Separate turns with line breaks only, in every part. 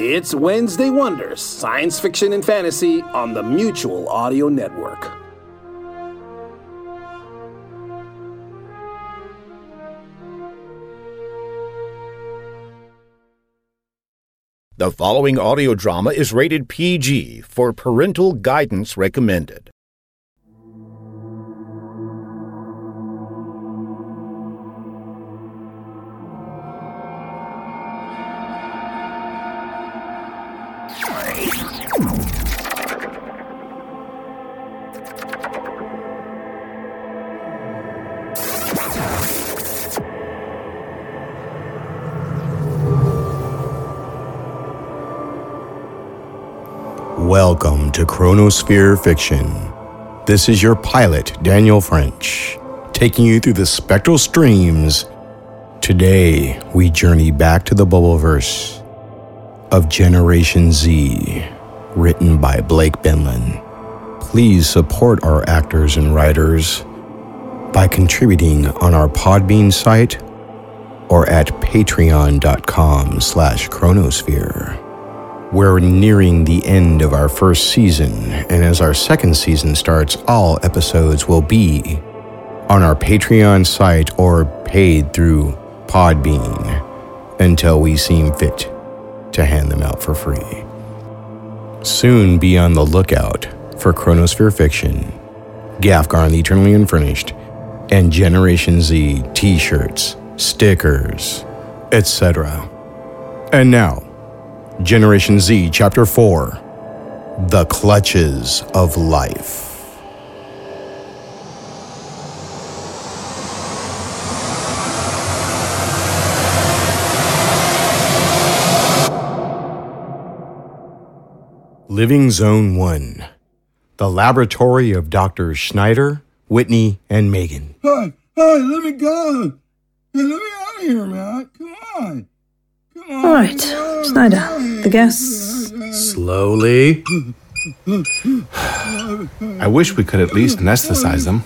It's Wednesday Wonders, science fiction and fantasy on the Mutual Audio Network.
The following audio drama is rated PG for parental guidance recommended.
Welcome to Chronosphere Fiction. This is your pilot, Daniel French, taking you through the spectral streams. Today, we journey back to the Bubbleverse of Generation Z, written by Blake Benlin. Please support our actors and writers by contributing on our Podbean site or at patreon.com slash chronosphere. We're nearing the end of our first season, and as our second season starts, all episodes will be on our Patreon site or paid through Podbean until we seem fit to hand them out for free. Soon be on the lookout for Chronosphere Fiction, Gafgarn the Eternally Unfurnished, and Generation Z t shirts, stickers, etc. And now, Generation Z, Chapter 4 The Clutches of Life. Living Zone 1 The Laboratory of Drs. Schneider, Whitney, and Megan.
Hey, hey, let me go. Hey, let me out of here, man. Come on. Come on.
All right, Schneider, the gas.
Slowly. I wish we could at least anesthetize them.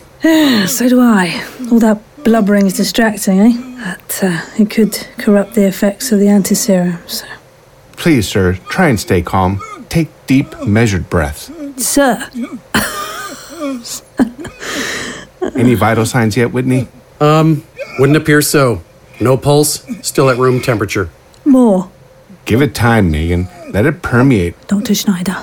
so do I. All that blubbering is distracting, eh? But uh, it could corrupt the effects of the antiserum. So.
Please, sir, try and stay calm. Take deep, measured breaths.
Sir,
Any vital signs yet, Whitney?
Um, Wouldn't appear so. No pulse, still at room temperature.
more,
Give it time, Megan. Let it permeate.
Dr. Schneider.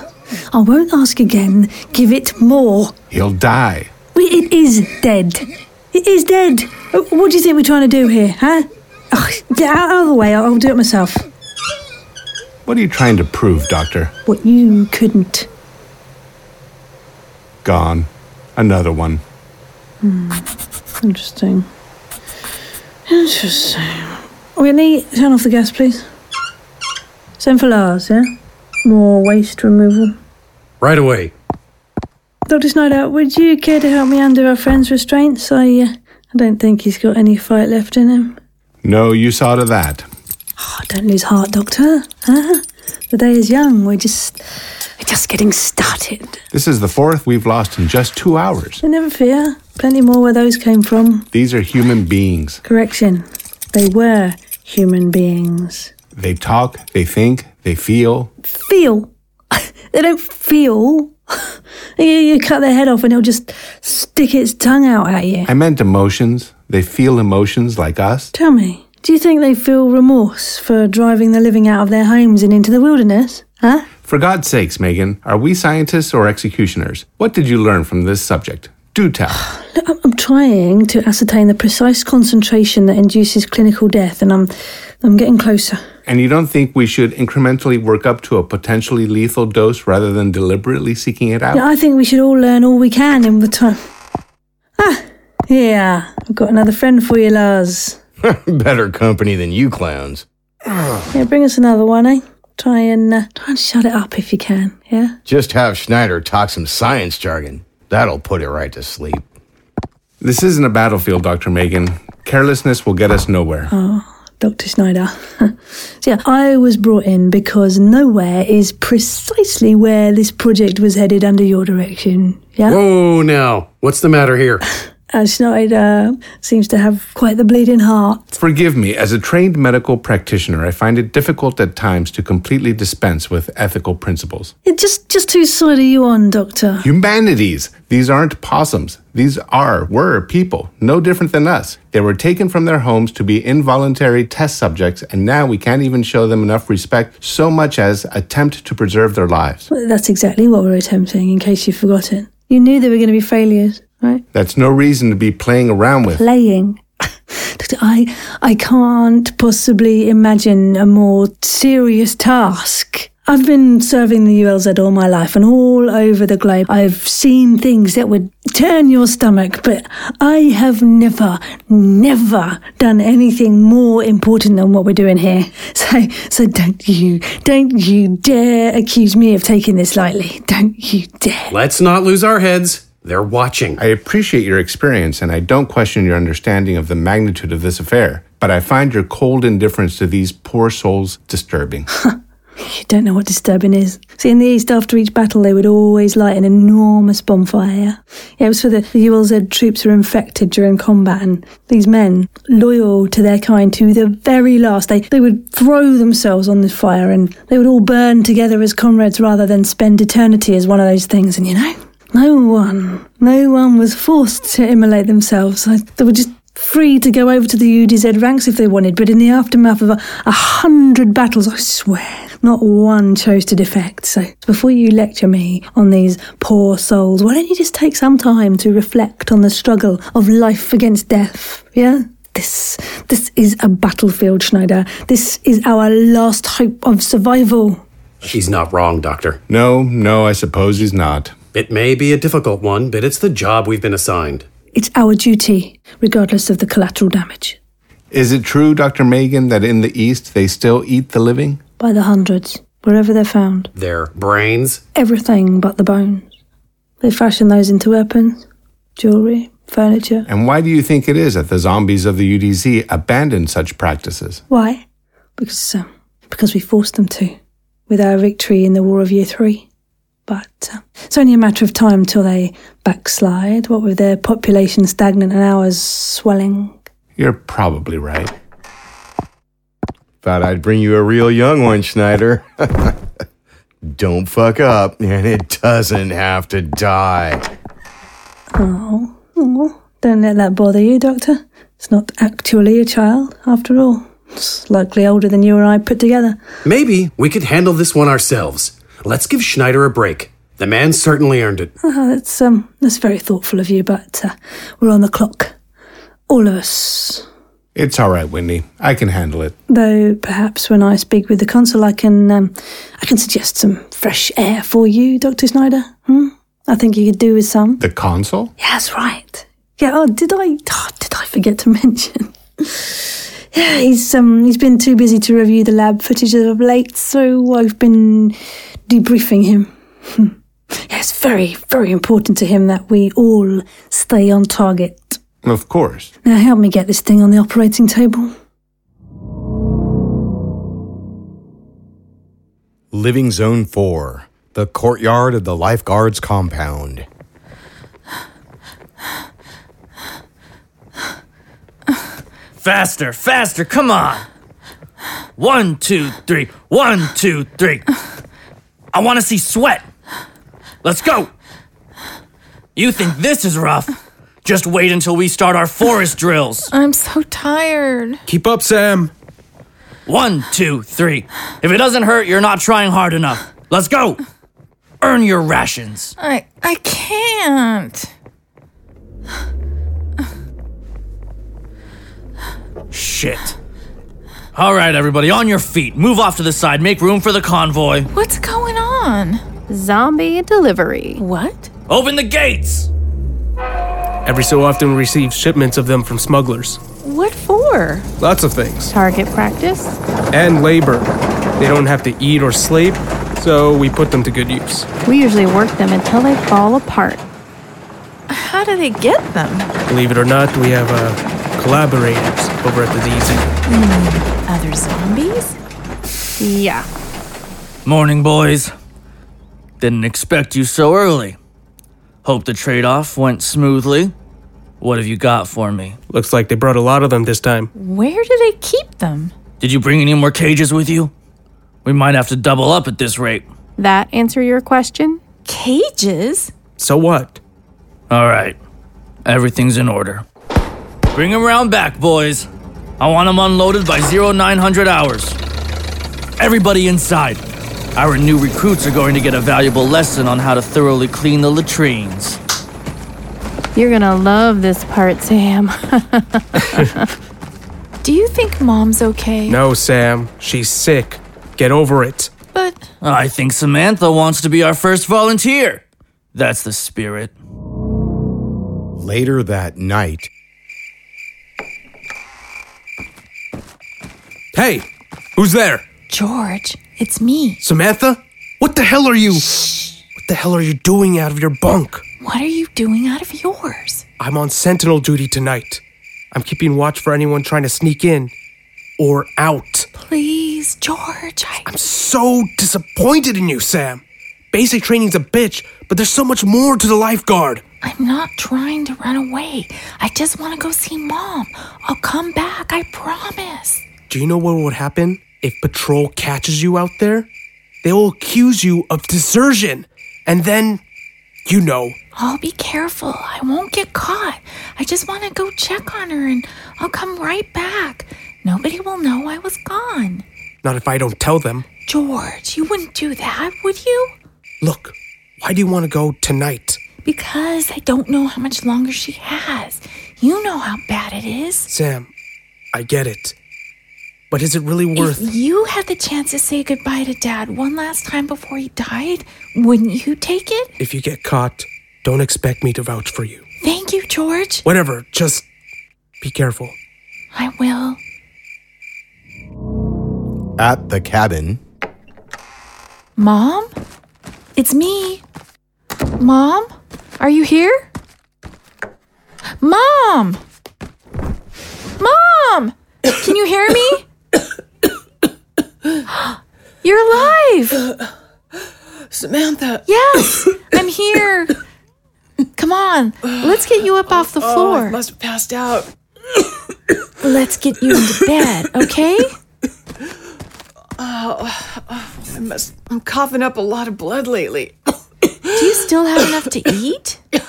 I won't ask again. Give it more.
He'll die.
We, it is dead. It is dead. Uh, What do you think we're trying to do here, huh? Ugh, get out of the way. I'll, I'll do it myself.
What are you trying to prove, Doctor?
What you couldn't.
Gone. Another one.
Hmm. Interesting. Interesting. Whitney, turn off the gas, please. Send for Lars, yeah? More waste removal.
Right away.
Dr. Snyder, would you care to help me undo our friend's restraints? I, uh, I don't think he's got any fight left in him.
No use out of that.
Oh, don't lose heart, Doctor. Huh? The day is young. We're just, we're just getting started.
This is the fourth we've lost in just two hours.
So never fear. Plenty more where those came from.
These are human beings.
Correction. They were human beings.
They talk, they think, they feel.
feel. they don't feel. you, you cut their head off and it'll just stick its tongue out at you.
I meant emotions. They feel emotions like us.
Tell me, do you think they feel remorse for driving the living out of their homes and into the wilderness? Huh?
For God's sakes, Megan, are we scientists or executioners? What did you learn from this subject? Do tell.
Look, I'm, I'm trying to ascertain the precise concentration that induces clinical death, and I'm, I'm getting closer.
And you don't think we should incrementally work up to a potentially lethal dose rather than deliberately seeking it out?
Yeah, I think we should all learn all we can in the time. Ah, yeah, I've got another friend for you, Lars.
Better company than you clowns.
Yeah, bring us another one, eh? Try and uh, try and shut it up if you can. Yeah.
Just have Schneider talk some science jargon. That'll put it right to sleep.
This isn't a battlefield, Dr. Megan. Carelessness will get us nowhere.
Dr. Oh, Schneider. so, yeah, I was brought in because nowhere is precisely where this project was headed under your direction. Yeah?
Whoa, now. What's the matter here?
And Uh, Schneider seems to have quite the bleeding heart.
Forgive me, as a trained medical practitioner, I find it difficult at times to completely dispense with ethical principles.
Yeah, just, just whose side are you on, Doctor?
Humanities! These aren't possums. These are, were people, no different than us. They were taken from their homes to be involuntary test subjects, and now we can't even show them enough respect, so much as attempt to preserve their lives.
Well, that's exactly what we're attempting, in case you've forgotten. You knew there were going to be failures, right?
That's no reason to be playing around with.
Playing. Doctor, I, I can't possibly imagine a more serious task. I've been serving the ULZ all my life and all over the globe. I've seen things that would turn your stomach, but I have never, never done anything more important than what we're doing here. So, so don't you, don't you dare accuse me of taking this lightly. Don't you dare.
Let's not lose our heads. They're watching.
I appreciate your experience and I don't question your understanding of the magnitude of this affair, but I find your cold indifference to these poor souls disturbing.
You don't know what disturbing is. See, in the East, after each battle, they would always light an enormous bonfire. Yeah, it was for the, the ULZ troops who were infected during combat, and these men, loyal to their kind to the very last, they, they would throw themselves on this fire and they would all burn together as comrades rather than spend eternity as one of those things, and you know? No one, no one was forced to immolate themselves. Like, They were just free to go over to the UDZ ranks if they wanted, but in the aftermath of a, a hundred battles, I swear, not one chose to defect. So before you lecture me on these poor souls, why don't you just take some time to reflect on the struggle of life against death? Yeah? This, this is a battlefield, Schneider. This is our last hope of survival.
She's not wrong, Doctor.
no, no, I suppose he's not.
It may be a difficult one, but it's the job we've been assigned.
It's our duty, regardless of the collateral damage.
Is it true, Dr. Megan, that in the East they still eat the living?
By the hundreds, wherever they're found.
Their brains,
everything but the bones. They fashion those into weapons, jewellery, furniture.
And why do you think it is that the zombies of the UDZ abandon such practices?
Why? Because um, because we forced them to, with our victory in the War of Year Three. But um, it's only a matter of time till they backslide. What with their population stagnant and ours swelling.
You're probably right.
Thought I'd bring you a real young one, Schneider. Don't fuck up, and it doesn't have to die.
Oh, oh, don't let that bother you, Doctor. It's not actually a child, after all. It's likely older than you or I put together.
Maybe we could handle this one ourselves. Let's give Schneider a break. The man certainly earned it.
Ah, that's um, that's very thoughtful of you, but uh, we're on the clock, all of us.
It's all right, Whitney. I can handle it.
Though perhaps when I speak with the consul, I can um, I can suggest some fresh air for you, Doctor Snyder. Hmm? I think you could do with some.
The consul?
Yeah, that's right. Yeah. Oh, did I oh, did I forget to mention? yeah, he's um he's been too busy to review the lab footage of late, so I've been debriefing him. Hmm. yeah, it's very very important to him that we all stay on target.
Of course.
Now help me get this thing on the operating table.
Living Zone 4, the courtyard of the lifeguards compound.
Faster, faster, come on. One, two, three. One, two, three. I want to see sweat. Let's go. You think this is rough? Just wait until we start our forest drills.
I'm so tired.
Keep up, Sam.
One, two, three. If it doesn't hurt, you're not trying hard enough. Let's go. Earn your rations.
I I can't.
Shit. All right, everybody, on your feet. Move off to the side. Make room for the convoy.
What's going on?
Zombie delivery.
What?
Open the gates.
Every so often, we receive shipments of them from smugglers.
What for?
Sure.
Lots of things.
Target practice.
And labor. They don't have to eat or sleep, so we put them to good use.
We usually work them until they fall apart.
How do they get them?
Believe it or not, we have uh, collaborators over at the DZ.
Hmm,
Other zombies? Yeah.
Morning, boys. Didn't expect you so early. Hope the trade off went smoothly. What have you got for me?
Looks like they brought a lot of them this time.
Where do they keep them?
Did you bring any more cages with you? We might have to double up at this rate.
That answer your question?
Cages?
So what?
All right. Everything's in order. Bring 'em round back, boys. I want 'em unloaded by 0900 hours. Everybody inside. Our new recruits are going to get a valuable lesson on how to thoroughly clean the latrines.
You're gonna love this part, Sam.
Do you think mom's okay?
No, Sam. She's sick. Get over it.
But
I think Samantha wants to be our first volunteer. That's the spirit.
Later that night,
Hey, who's there?
George, it's me.
Samantha? What the hell are you? What the hell are you doing out of your bunk?
What are you doing out of yours?
I'm on sentinel duty tonight. I'm keeping watch for anyone trying to sneak in or out.
Please, George, I.
I'm so disappointed in you, Sam. Basic training's a bitch, but there's so much more to the lifeguard.
I'm not trying to run away. I just want to go see mom. I'll come back, I promise.
Do you know what would happen if patrol catches you out there? They will accuse you of desertion, and then, you know,
I'll be careful. I won't get caught. I just want to go check on her and I'll come right back. Nobody will know I was gone.
not if I don't tell them.
George, you wouldn't do that, would you?
Look, why do you want to go tonight?
Because I don't know how much longer she has. You know how bad it is.
Sam, I get it. But is it really worth
If you had the chance to say goodbye to Dad one last time before he died, wouldn't you take it?
if you get caught? Don't expect me to vouch for you.
Thank you, George.
Whatever, just be careful.
I will.
at the cabin,
Mom? It's me. Mom? Are you here? Mom! Mom! Can you hear me? You're alive!
Samantha.
Yes! I'm here! Come on, let's get you up off the
Oh, I
floor.
must have passed out.
Let's get you into bed, okay?
Oh, oh, I must. I'm coughing up a lot of blood lately. Oh,
Do you still have enough to eat?
Oh,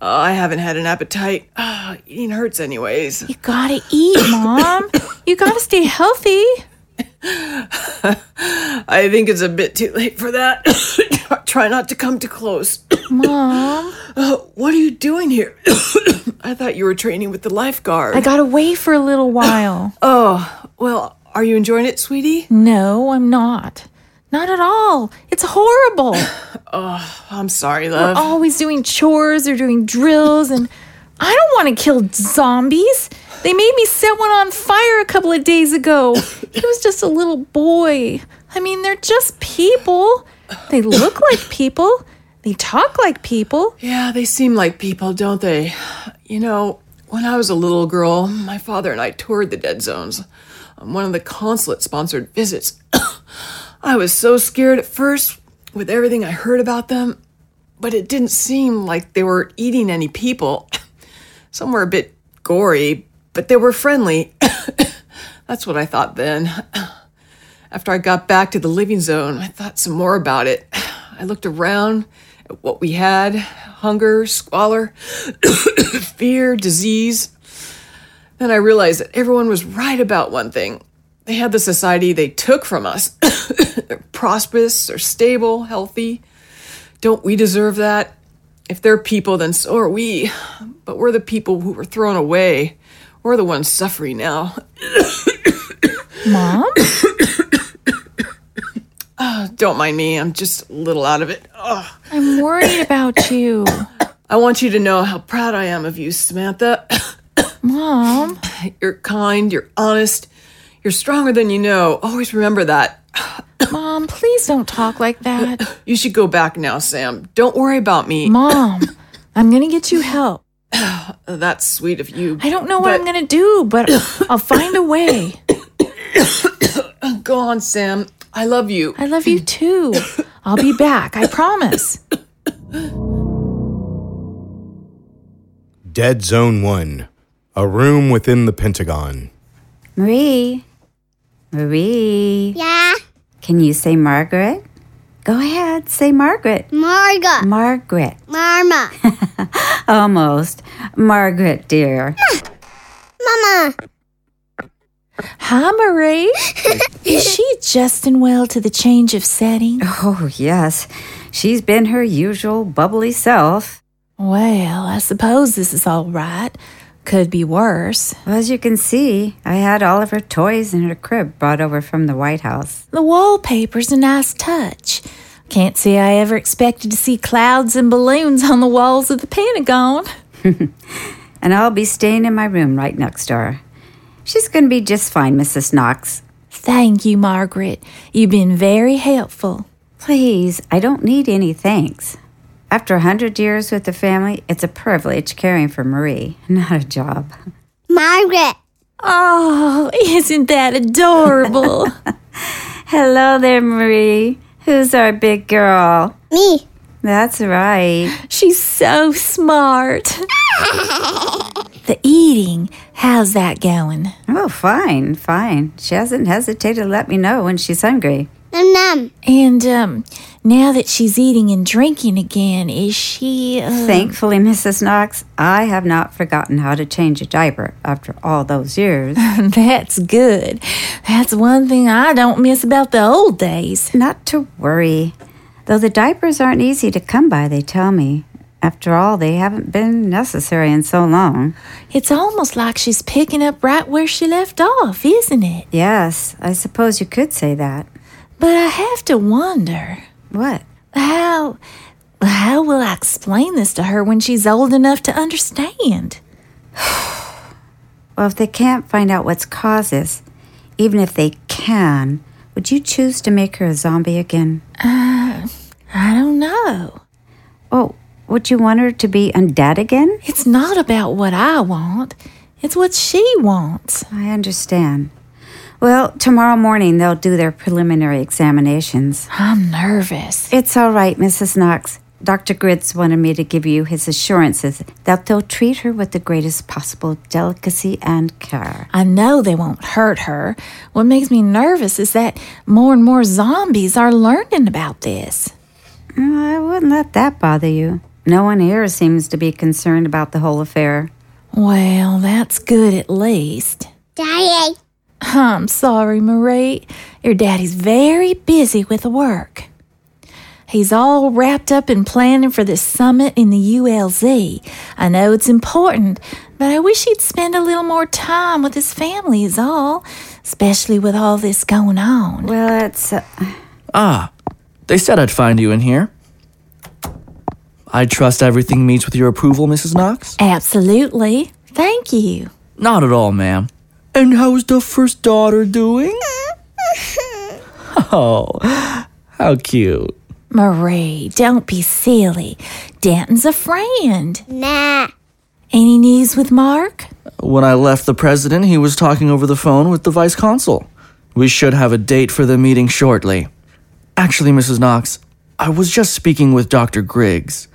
I haven't had an appetite. Oh, eating hurts, anyways.
You gotta eat, Mom. You gotta stay healthy.
I think it's a bit too late for that. Try not to come too close.
Mom.
Uh, what are you doing here? I thought you were training with the lifeguard.
I got away for a little while.
Oh, well, are you enjoying it, sweetie?
No, I'm not. Not at all. It's horrible.
Oh, I'm sorry,
We're
love.
always doing chores or doing drills, and I don't want to kill zombies. They made me set one on fire a couple of days ago. He was just a little boy. I mean, they're just people. They look like people. They talk like people.
Yeah, they seem like people, don't they? You know, when I was a little girl, my father and I toured the dead zones on one of the consulate sponsored visits. I was so scared at first with everything I heard about them, but it didn't seem like they were eating any people. Some were a bit gory, but they were friendly. That's what I thought then. After I got back to the living zone, I thought some more about it. I looked around at what we had hunger, squalor, fear, disease. Then I realized that everyone was right about one thing. They had the society they took from us. they're prosperous, they're stable, healthy. Don't we deserve that? If they're people, then so are we. But we're the people who were thrown away. We're the ones suffering now.
Mom?
Ah, Don't mind me, I'm just a little out of it. Ugh.
I'm worried about you.
I want you to know how proud I am of you, Samantha.
Mom.
You're kind, you're honest, you're stronger than you know. Always remember that.
Mom, please don't talk like that.
You should go back now, Sam. Don't worry about me.
Mom, I'm going to get you help.
That's sweet of you.
I don't know what I'm going to do, but I'll find a way.
Go on, Sam. I love you.
I love you too. I'll be back. I promise.
Dead Zone 1, a room within the Pentagon.
Marie. Marie.
Yeah?
Can you say Margaret? Go ahead, say Margaret.
Marga.
Margaret.
Mama.
Almost. Margaret, dear.
Mama.
Hi, Marie. Is she adjusting well to the change of setting?
Oh, yes. She's been her usual bubbly self.
Well, I suppose this is all right. Could be worse.
As you can see, I had all of her toys in her crib brought over from the White House.
The wallpaper's a nice touch. Can't say I ever expected to see clouds and balloons on the walls of the Pentagon.
And I'll be staying in my room right next door. She's going to be just fine, Mrs. Knox.
Thank you, Margaret. You've been very helpful.
Please, I don't need any thanks. After a hundred years with the family, it's a privilege caring for Marie, not a job.
Margaret.
Oh, isn't that adorable?
Hello there, Marie. Who's our big girl?
Me.
That's right.
She's so smart. the eating, how's that going?
Oh, fine, fine. She hasn't hesitated to let me know when she's hungry.
Num num.
And um, now that she's eating and drinking again, is she? Uh...
Thankfully, Mrs. Knox, I have not forgotten how to change a diaper after all those years.
That's good. That's one thing I don't miss about the old days.
Not to worry. Though the diapers aren't easy to come by, they tell me. After all, they haven't been necessary in so long.
It's almost like she's picking up right where she left off, isn't it?
Yes, I suppose you could say that.
But I have to wonder
What?
how how will I explain this to her when she's old enough to understand?
Well, if they can't find out what's causes, even if they can, would you choose to make her a zombie again?
Uh, I don't know.
Oh, would you want her to be undead again?
It's not about what I want. It's what she wants.
I understand. Well, tomorrow morning they'll do their preliminary examinations.
I'm nervous.
It's all right, Mrs. Knox. Dr. Gritz wanted me to give you his assurances that they'll treat her with the greatest possible delicacy and care.
I know they won't hurt her. What makes me nervous is that more and more zombies are learning about this.
Mm, I wouldn't let that bother you. No one here seems to be concerned about the whole affair.
Well, that's good at least.
Daddy.
I'm sorry, Marie. Your daddy's very busy with work. He's all wrapped up in planning for this summit in the ULZ. I know it's important, but I wish he'd spend a little more time with his family, is all, especially with all this going on.
Well, it's. Uh,
Ah, they said I'd find you in here. I trust everything meets with your approval, Mrs. Knox?
Absolutely. Thank you.
Not at all, ma'am. And how's the first daughter doing? Oh, how cute.
Marie, don't be silly. Danton's a friend.
Nah.
Any news with Mark?
When I left the president, he was talking over the phone with the vice consul. We should have a date for the meeting shortly. Actually, Mrs. Knox, I was just speaking with Dr. Griggs.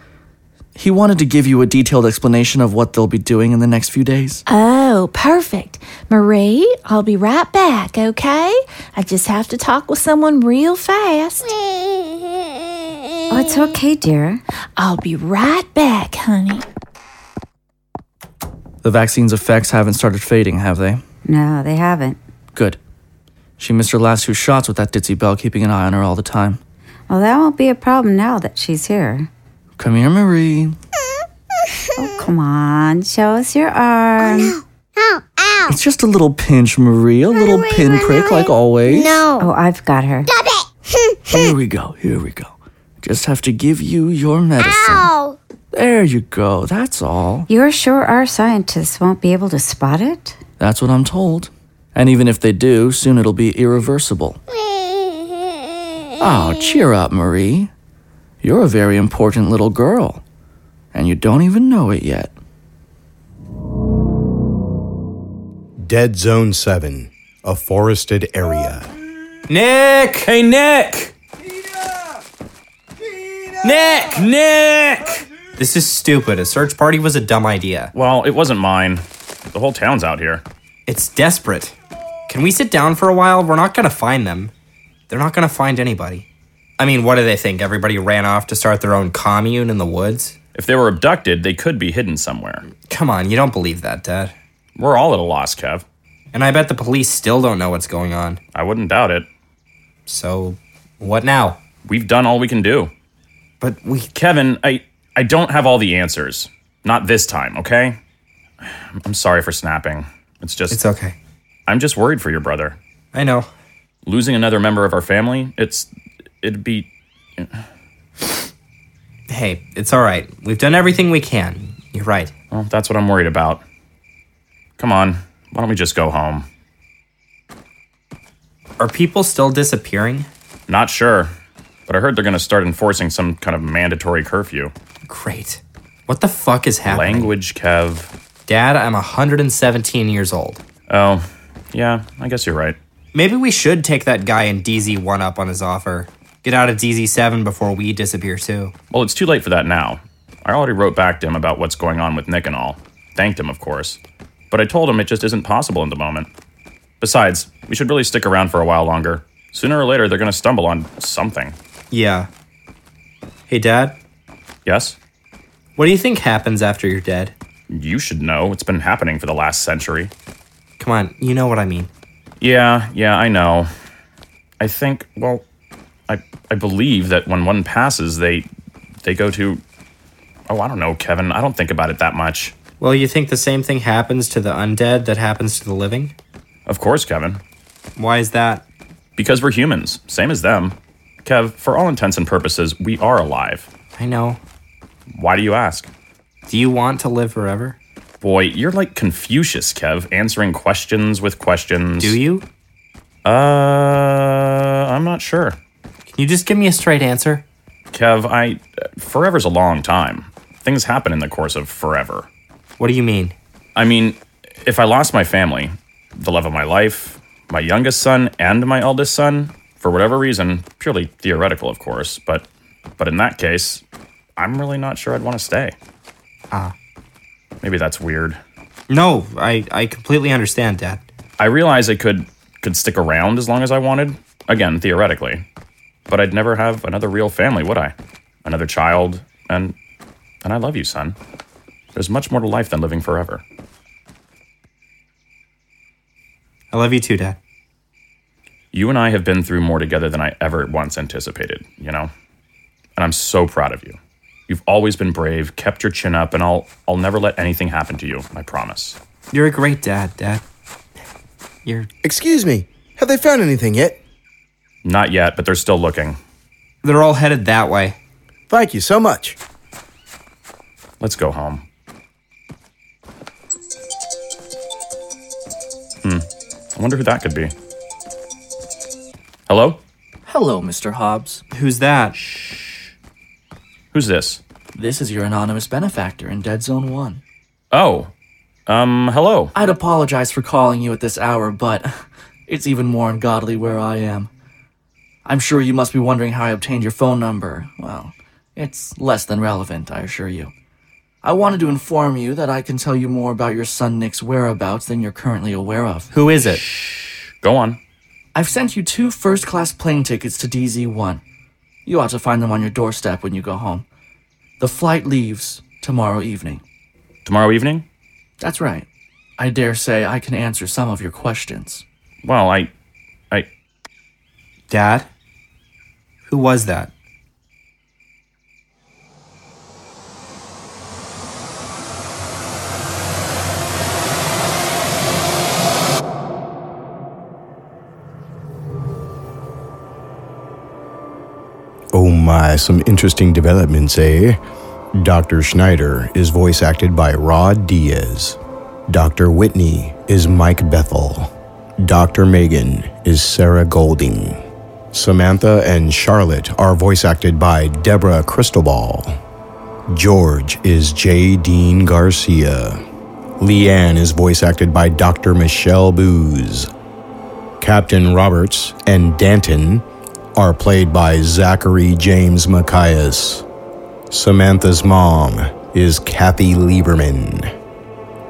He wanted to give you a detailed explanation of what they'll be doing in the next few days.
Oh, perfect. Marie, I'll be right back, okay? I just have to talk with someone real fast.
Oh, it's okay, dear.
I'll be right back, honey.
The vaccine's effects haven't started fading, have they?
No, they haven't.
Good. She missed her last two shots with that ditzy bell keeping an eye on her all the time.
Well, that won't be a problem now that she's here.
Come here, Marie.
Oh, come on. Show us your
Oh,
arm.
Ow, ow.
It's just a little pinch, Marie. A little pinprick, like always.
No.
Oh, I've got her. Hmm.
Stop it.
Here we go. Here we go. Just have to give you your medicine.
Ow.
There you go. That's all.
You're sure our scientists won't be able to spot it?
That's what I'm told. And even if they do, soon it'll be irreversible. Oh, cheer up, Marie. You're a very important little girl. And you don't even know it yet.
Dead Zone 7, a forested area.
Nick! Hey, Nick! Nick! Nick! This is stupid. A search party was a dumb idea. Well, it wasn't mine. The whole town's out here. It's desperate. Can we sit down for a while? We're not gonna find them. They're not gonna find anybody. I mean, what do they think? Everybody ran off to start their own commune in the woods? If they were abducted, they could be hidden somewhere. Come on, you don't believe that, Dad. We're all at a loss, Kev. And I bet the police still don't know what's going on. I wouldn't doubt it. So, what now?
We've done all we can do.
But we
Kevin, I I don't have all the answers. Not this time, okay? I'm sorry for snapping. It's just It's
okay.
I'm just worried for your brother.
I know.
Losing another member of our family, it's it'd be
Hey, it's all right. We've done everything we can. You're right.
Well, that's what I'm worried about. Come on. Why don't we just go home?
Are people still disappearing?
Not sure. But I heard they're going to start enforcing some kind of mandatory curfew.
Great. What the fuck is happening?
Language, Kev.
Dad, I'm 117 years old.
Oh, yeah, I guess you're right.
Maybe we should take that guy in DZ1 up on his offer. Get out of DZ7 before we disappear too.
Well, it's too late for that now. I already wrote back to him about what's going on with Nick and all. Thanked him, of course. But I told him it just isn't possible in the moment. Besides, we should really stick around for a while longer. Sooner or later, they're going to stumble on something.
Yeah. Hey, Dad?
Yes?
What do you think happens after you're dead?
You should know. It's been happening for the last century.
Come on, you know what I mean.
Yeah, yeah, I know. I think, well, I I believe that when one passes, they they go to Oh, I don't know, Kevin. I don't think about it that much.
Well, you think the same thing happens to the undead that happens to the living?
Of course, Kevin.
Why is that?
Because we're humans, same as them. Kev, for all intents and purposes, we are alive.
I know.
Why do you ask?
Do you want to live forever?
Boy, you're like Confucius, Kev, answering questions with questions.
Do you?
Uh, I'm not sure. Can
you just give me a straight answer?
Kev, I. Forever's a long time. Things happen in the course of forever.
What do you mean?
I mean, if I lost my family, the love of my life, my youngest son, and my eldest son, for whatever reason, purely theoretical, of course, but but in that case, I'm really not sure I'd want to stay.
Ah.
Maybe that's weird.
No, I, I completely understand, Dad.
I realize I could could stick around as long as I wanted, again, theoretically. But I'd never have another real family, would I? Another child, and and I love you, son. There's much more to life than living forever.
I love you too, Dad.
You and I have been through more together than I ever once anticipated, you know? And I'm so proud of you. You've always been brave, kept your chin up, and I'll I'll never let anything happen to you, I promise.
You're a great dad, Dad. You're.
Excuse me, have they found anything yet?
Not yet, but they're still looking.
They're all headed that way.
Thank you so much.
Let's go home. Hmm. I wonder who that could be. Hello?
Hello, Mr. Hobbs.
Who's that?
Who's this?
This is your anonymous benefactor in Dead Zone 1.
Oh. Um, hello.
I'd apologize for calling you at this hour, but it's even more ungodly where I am. I'm sure you must be wondering how I obtained your phone number. Well, it's less than relevant, I assure you. I wanted to inform you that I can tell you more about your son Nick's whereabouts than you're currently aware of.
Who is it?
Go on.
I've sent you two first class plane tickets to DZ1. You ought to find them on your doorstep when you go home. The flight leaves tomorrow evening.
Tomorrow evening?
That's right. I dare say I can answer some of your questions.
Well, I. I.
Dad? Who was that?
Oh my, some interesting developments, eh? Dr. Schneider is voice acted by Rod Diaz. Dr. Whitney is Mike Bethel. Dr. Megan is Sarah Golding. Samantha and Charlotte are voice acted by Deborah Cristobal. George is J. Dean Garcia. Leanne is voice acted by Dr. Michelle Booz. Captain Roberts and Danton are played by Zachary James Macias. Samantha's mom is Kathy Lieberman.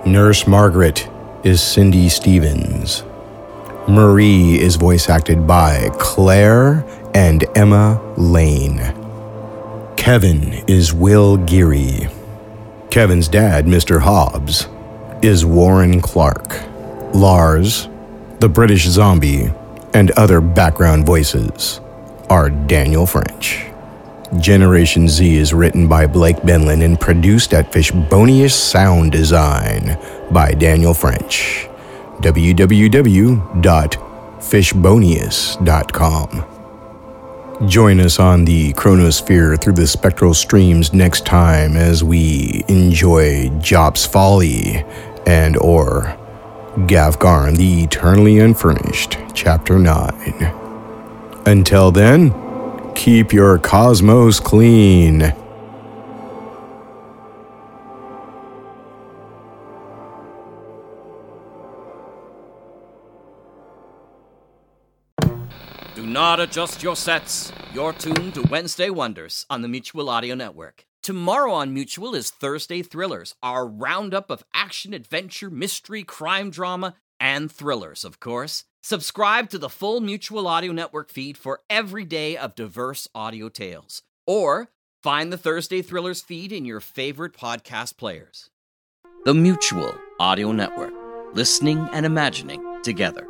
Nurse Margaret is Cindy Stevens. Marie is voice acted by Claire and Emma Lane. Kevin is Will Geary. Kevin's dad, Mr. Hobbs, is Warren Clark. Lars, the British zombie, and other background voices are Daniel French. Generation Z is written by Blake Benlin and produced at Fishbonius Sound Design by Daniel French. www.fishbonius.com. Join us on the Chronosphere through the spectral streams next time as we enjoy Jop's Folly and or Gavgarn the Eternally Unfurnished, Chapter 9. Until then, keep your cosmos clean.
Do not adjust your sets.
You're tuned to Wednesday Wonders on the Mutual Audio Network. Tomorrow on Mutual is Thursday Thrillers, our roundup of action, adventure, mystery, crime drama, and thrillers, of course. Subscribe to the full Mutual Audio Network feed for every day of diverse audio tales. Or find the Thursday Thrillers feed in your favorite podcast players.
The Mutual Audio Network. Listening and imagining together.